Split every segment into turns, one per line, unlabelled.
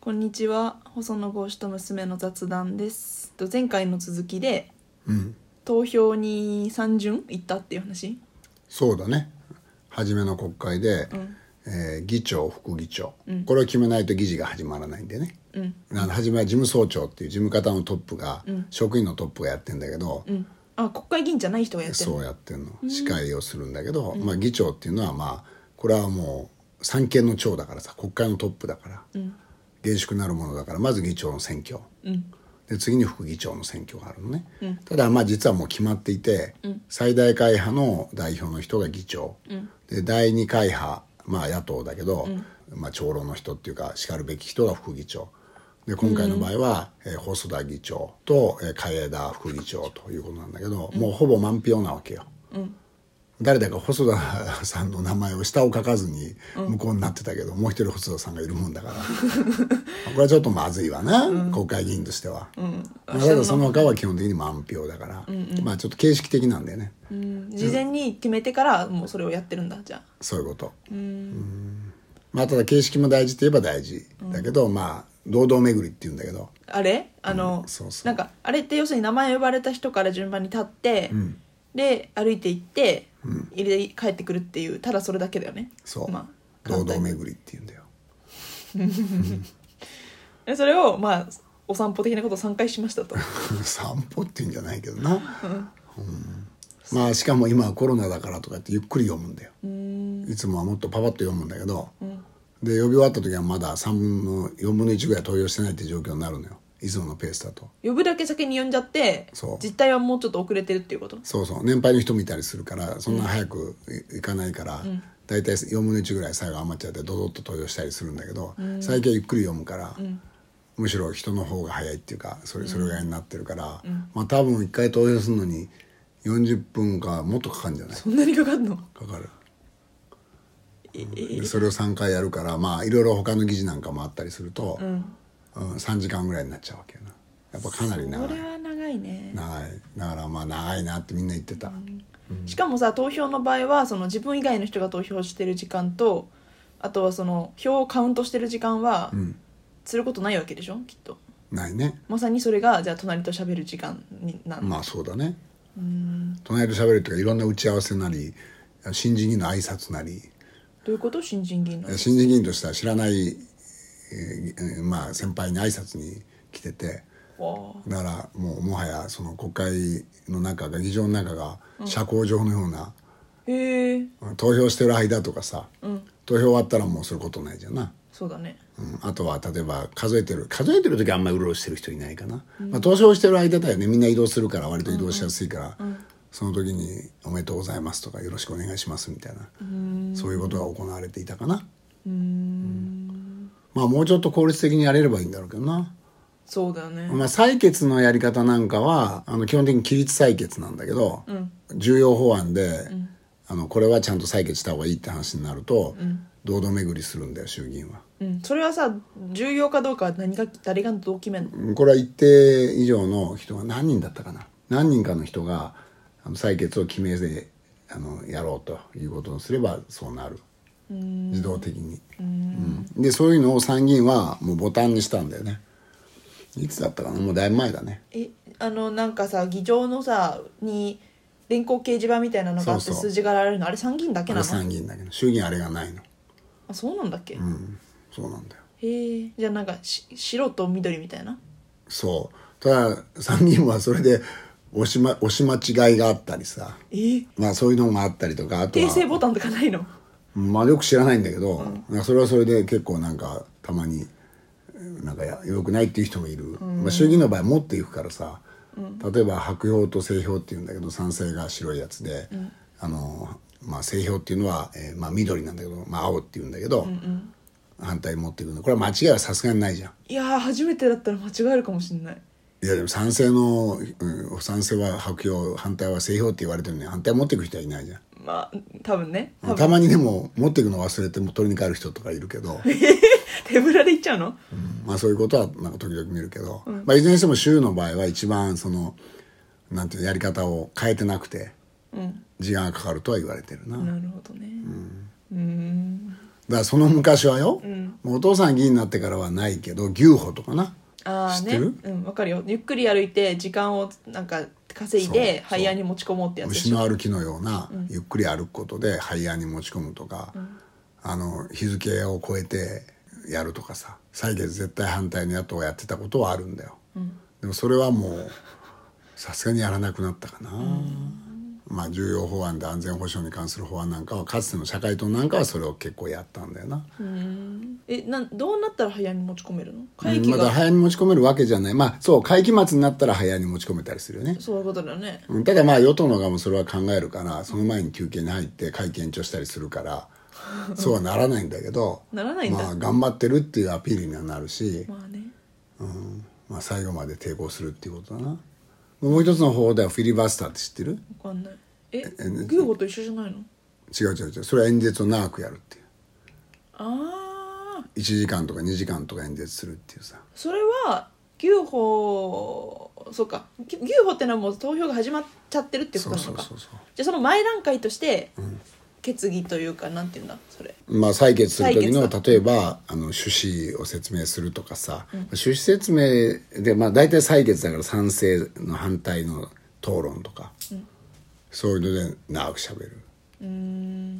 こんにちは細野剛志と娘の雑談ですと前回の続きで
うん、
投票に三巡行ったっていう話
そうだね初めの国会で、
ん
えー議長副議長、これを決めないと議事が始まらないんでね、
うん
あの初めは事務総長っていう事務方のトップが、職員のトップがやってんだけど、
うんあ国会議員じゃない人がやってる
そうやってんの司会をするんだけど、まあ、議長っていうのはまあこれはもう三権の長だからさ国会のトップだから、厳粛なるものだからまず議長の選挙、で次に副議長の選挙があるのね、ただまあ実はもう決まっていて、最大会派の代表の人が議長、で第二会派まあ野党だけど、まあ、長老の人っていうかしかるべき人が副議長で今回の場合は、えー細田議長と、えー、海江田副議長ということなんだけど、もうほぼ満票なわけよ、誰だか細田さんの名前を下を書かずに向こうになってたけど、もう一人細田さんがいるもんだから これはちょっとまずいわな、国会議員としては、まあただその他は基本的に満票だから、まあちょっと形式的なんだよね、
うん事前に決めてからもうそれをやってるんだじゃあ
そういうことうんまあただ形式も大事といえば大事だけど、まあ堂々巡りっていうんだけど
あれあの、
そうそう
なんかあれって要するに名前呼ばれた人から順番に立って、で歩いて行って、入れて帰ってくるっていうただそれだけだよね
そう、
まあ
堂
簡
々
単に
巡りっていうんだ よ
でそれをまあお散歩的なことを3回しま したと
散歩っていうんじゃないけどな、うんまあしかも今はコロナだからとかってゆっくり読むんだよいつもはもっとパパッと読むんだけど、で読み終わった時はまだ3分の4分の1ぐらい投票してないって状況になるのよいつものペースだと
呼ぶだけ先に呼んじゃって
そう
実態はもうちょっと遅れてるっていうこと
そうそう年配の人もいたりするからそんな早くい,、かないから、大体4分の1ぐらい最後余っちゃってドドッと投票したりするんだけど、最近はゆっくり読むから、むしろ人の方が早いっていうかそれそれぐらいになってるから、まあ多分1回投票するのに40分かもっとかかるんじゃない
そんなにかかるの
かかる。でそれを3回やるからまあいろいろ他の議事なんかもあったりすると、うん3時間ぐらいになっちゃうわけよなやっぱかなり長
そ
い
れは長いね
長いだからまあ長いなってみんな言ってた、
しかもさ投票の場合はその自分以外の人が投票してる時間とあとはその票をカウントしてる時間は、することないわけでしょきっと
ないね
まさにそれがじゃあ隣と喋る時間になる、
まあそうだね隣で喋るとかいろんな打ち合わせなり新人議員の挨拶なり
どういうこと新人議員の
新人議員としては知らない、えーまあ、先輩に挨拶に来てて
わあ
だからもうもはやその国会の中が議場の中が社交場のような、
へえ
投票してる間とかさ、投票終わったらもうすることないじゃんな、
そうだね
うん、あとは例えば数えてる数えてる時はあんまりうろうろしてる人いないかな、まあ、投票してる間だよねみんな移動するから割と移動しやすいから、その時に「おめでとうございます」とか「よろしくお願いします」みたいなそういうことが行われていたかなうんまあもうちょっと効率的にやれればいいんだろうけどな
そうだよね、
まあ、採決のやり方なんかはあの基本的に規律採決なんだけど、重要法案で、あのこれはちゃんと採決した方がいいって話になると、堂々巡りするんだよ衆議院は。
うん、それはさ重要かどうかは何が誰がどう決めんの
これは一定以上の人が何人だったかな何人かの人があの採決を決めであのやろうということをすればそうなる自動的にうんでそういうのを参議院はもうボタンにしたんだよねいつだったかなもうだいぶ前だね
えあのなんかさ議場のさに電光掲示板みたいなのがあって
そうそう
数字がられるのあれ参議院だけ
あ
な
れ
の
参議院だけど衆議院あれがないの
あそうなんだっけ、
うんそうなんだよ
へえじゃあなんかし白と緑みたいな
そうただ参議院はそれで押し,、ま、押し間違いがあったりさ
えー、
まあそういうのもあったりとかあとは
訂正ボタンとかないの
まあよく知らないんだけど、なんかそれはそれで結構なんかたまになんかやよくないっていう人もいる、まあ、衆議院の場合持っていくからさ、例えば白票と正票っていうんだけど賛成が白いやつで、あのまあ、正票っていうのは、えーまあ、緑なんだけど、まあ、青っていうんだけど、反対持っていくのこれは間違いはさすがにないじゃん。
いやー初めてだったら間違えるかもしんない
いやでも賛成の、うん、賛成は白票反対は正票って言われてるのに反対持っていく人はいないじゃん。
まあ多分ね多分
たまにでも持っていくの忘れても取りに帰る人とかいるけど。
手ぶらで行っちゃうの
まあそういうことはなんか時々見るけど、まあいずれにしても州の場合は一番そのなんていうやり方を変えてなくて
うん
時間がかかるとは言われてるな、
なるほどね
からその昔はよ、
うん
もうお父さん議員になってからはないけど牛歩とかな
ああ
知っ
ね
てる
うんわかるよゆっくり歩いて時間をなんか稼い
そう
で
そう
ハイヤーに持ち込もうってやつで
虫
しょ
の歩きのような、ゆっくり歩くことでハイヤーに持ち込むとか、あの日付を超えてやるとかさ採決絶対反対の野党がやってたことはあるんだよ、でもそれはもうさすがにやらなくなったかな、まあ重要法案で安全保障に関する法案なんかはかつての社会党なんかはそれを結構やったんだよな、
えなんどうなったらハイヤーに持ち込めるの会
うん
期
ま
が、
だ早に持ち込めるわけじゃないまあそう会期末になったら早に持ち込めたりするよね
そういうことだよね
うんただまあ与党の側もそれは考えるからその前に休憩に入って会見延長したりする からそうはならないんだけど
ならないんだ
まあ、頑張ってるっていうアピールにはなるし、
まあね
うんまあ、最後まで抵抗するっていうことだなもう一つの方法ではフィリバスターって知ってる
わかんないえ
えね
グーゴと一緒じゃないの
違う違う違うそれは演説を長くやるっていう
ああ
1時間とか2時間とか演説するっていうさ
それは牛歩そうか牛歩ってのはもう投票が始まっちゃってるってこと
そ
なの
う
か
そうそうそう
じゃあその前段階として決議というかなんていうんだそれ
まあ、採決する時の
採決
例えばあの趣旨を説明するとかさ、趣旨説明で、まあ、大体採決だから賛成の反対の討論とか、そういうので長くしゃべる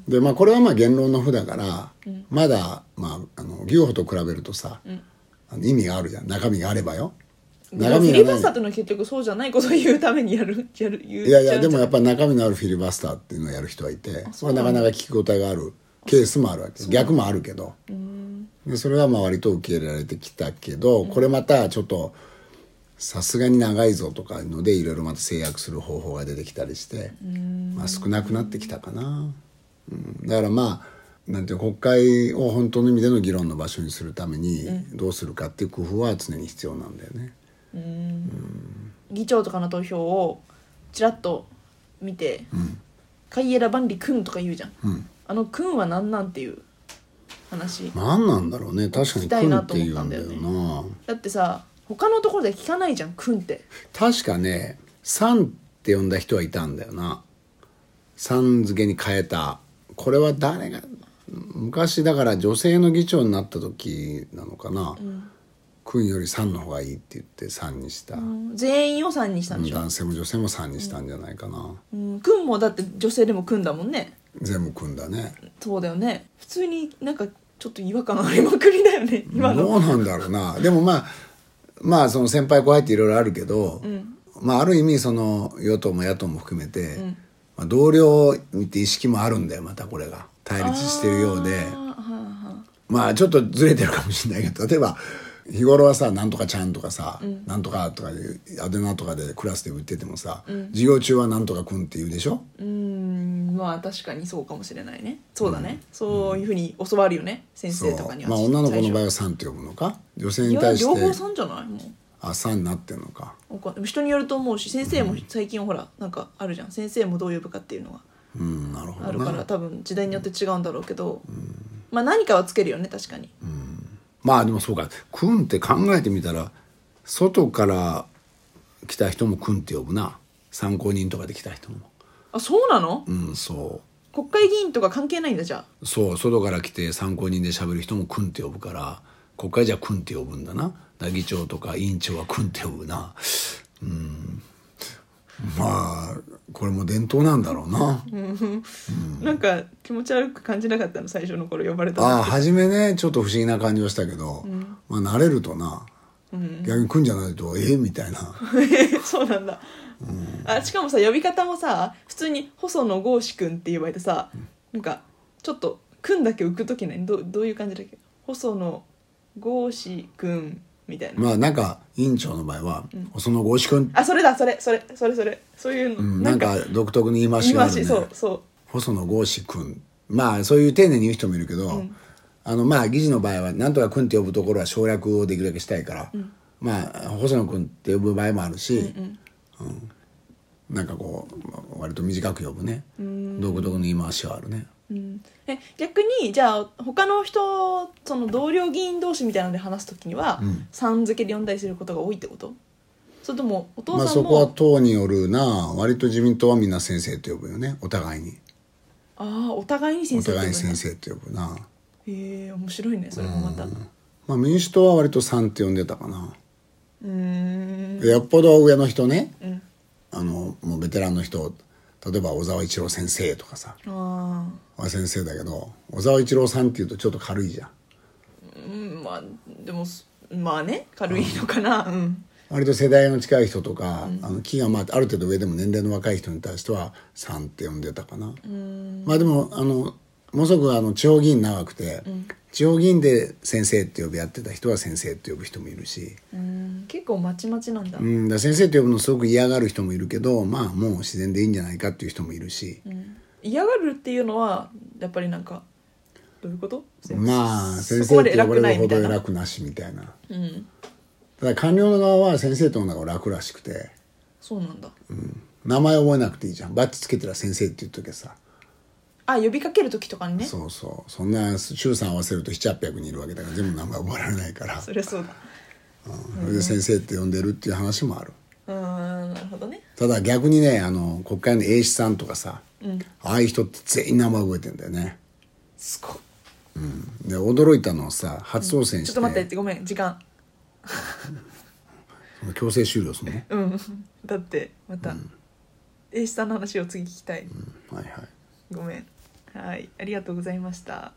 で、まあ、これはまあ言論の負だから、まだ、まあ、あの牛歩と比べるとさ、あの意味があるじゃん中身があればよ
フィリバスターっていうのは結局そうじゃないことを言うためにやる やる言う
いやいやでもや
や
っぱ中身のあるフィリバスターっていうのをやる人はいてそれはなかなか聞き応えがあるケースもあるわけ逆もあるけどでそれはまあ割と受け入れられてきたけどこれまたちょっとさすがに長いぞとかいうのでいろいろまた制約する方法が出てきたりしてまあ少なくなってきたかな、うん、だからまあなんていうの国会を本当の意味での議論の場所にするためにどうするかっていう工夫は常に必要なんだよね。
議長とかの投票をちらっと見て、カイエラ・バンリ君とか言うじゃん、あの君は何なんていう話
なんなんだろうね確か
聞
に
きたい
来る
な
っ
と
て
思
い
っ
う
た
ん
ん
だ
だ
よ
よね
な。
だってさ他のところで聞かないじゃん君って
確かね「さん」って呼んだ人はいたんだよな「さん」付けに変えたこれは誰が昔だから女性の議長になった時なのかな「君、より「さん」の方がいいって言って「さん」にした、
全員を3にしたんでしょ、
男性も女性も「さん」にしたんじゃないかな、
うん、君もだって女性でも君だもんね
全部組んだね
そうだよね普通になんかちょっと違和感ありまくりだよね今の
どうなんだろうなでもまあまあその先輩後輩っていろいろあるけど、まあある意味その与党も野党も含めて、まあ、同僚って意識もあるんだよまたこれが対立してるようで
あーはんはん
まあちょっとずれてるかもしれないけど例えば日頃はさ「なんとかちゃん」とかさ「なんとか」とかいうあだ名とかでクラスで売っててもさ、授業中は「なんとかくん」って言うでしょ
うーんまあ確かにそうかもしれないねそうだね、そういうふうに教わるよね先
そう
生とかには
まあ女の子の場合
合
は「さん」って呼ぶのか女性に対し
両方
て
さんじゃないも
「あさん」になってんのか
うわかんでも人によると思うし先生も最近ほらなんかあるじゃん先生もどう呼ぶかっていうのが
うんなるほど
あ
な
るから多分時代によって違うんだろうけど、まあ何かはつけるよね確かに、
まあでもそうか「くん」って考えてみたら外から来た人も「くん」って呼ぶな参考人とかで来た人も
あそうなの、
うんそ
国会議員とか関係ないんだじゃあ
うそう外から来て参考人で喋る人も「くん」って呼ぶから国会じゃ「くん」って呼ぶんだな代議長とか委員長は「くん」って呼ぶなうんまあこれも伝統なんだろうな、
なんか気持ち悪く感じなかったの最初の頃呼ばれた
ああ
の
初めねちょっと不思議な感じはしたけど、まあ慣れるとな、逆に「くん」じゃないと「ええみたいな
そうなんだ、あしかもさ呼び方もさ普通に細野剛志君っていう場合とさ、なんかちょっと「君」だけ浮く時ないどどういう感じだっけ細野剛志君みたいな、
まあなんか委員長の場合は「そのごし君」
あそれだそれそれそれそれそういうの、
うんなんか独特の言い回し
言い
があ
回
るね
しそうそう
細野豪志君まあそういう丁寧に言う人もいるけど、あのまあ議事の場合はなんとか君って呼ぶところは省略をできるだけしたいから、まあ細野君って呼ぶ場合もあるし、うんなんかこう割と短く呼ぶね独特の言い回しはあるね
うんえ逆にじゃあ他の人その同僚議員同士みたいなので話す時には、さん付けで呼んだりすることが多いってことそれともお
ま
父
あ
さん
そ
も、
こは党によるな割と自民党はみんな先生と呼ぶよねお互いに
ああお互いに
お
先生って
互い
呼ぶん
に
だ
先生と呼ぶな
へへえ面白いねそれもまたう
まあ、民主党は割と3って呼んでたかな、
ーん
よっぽど上の人ね、
ん
あのもうベテランの人例えば小沢一郎先生とかさ
あ
は先生だけど小沢一郎さんっていうとちょっと軽いじゃん
あうんまあでもすまあね軽いのかなうん
割と世代の近い人とか、あの木が、まあ、ある程度上でも年齢の若い人に対しては「さん」って呼んでたかな、まあでもあのものすごくあの地方議員長くて、地方議員で「先生」って呼び合ってた人は「先生」って呼ぶ人もいるし、
うん結構まちまちなんだ
うん、だから先生って呼ぶのすごく嫌がる人もいるけどまあもう自然でいいんじゃないかっていう人もいるし、
嫌がるっていうのはやっぱりなんかどういうこと
まあ先
そこま
生っ
で
て
偉
呼ば
くな
れ
い
るほ
み
ど
たい
偉
な
くなしみたいな
うん
ただ官僚の側は先生との方が楽らしくて
そうなんだ
名前覚えなくていいじゃんバッチつけてたら先生って言っとけさ
あ呼びかける時とかにね
そうそうそんな衆参合わせると700800人いるわけだから全部名前覚えられないから
そ
そ
りゃそうだ
れで先生って呼んでるっていう話もある
うーんなるほどね
ただ逆にねあの国会の英史さんとかさ、ああいう人って全員名前覚えてんだよね
すごい
で驚いたのはさ初当
ち
選
ょっ
し、
てと待ってごめん時間
強制終了するの、
うん だってまた、英史さんの話を次聞きたい、
はいはい
ごめんはいありがとうございました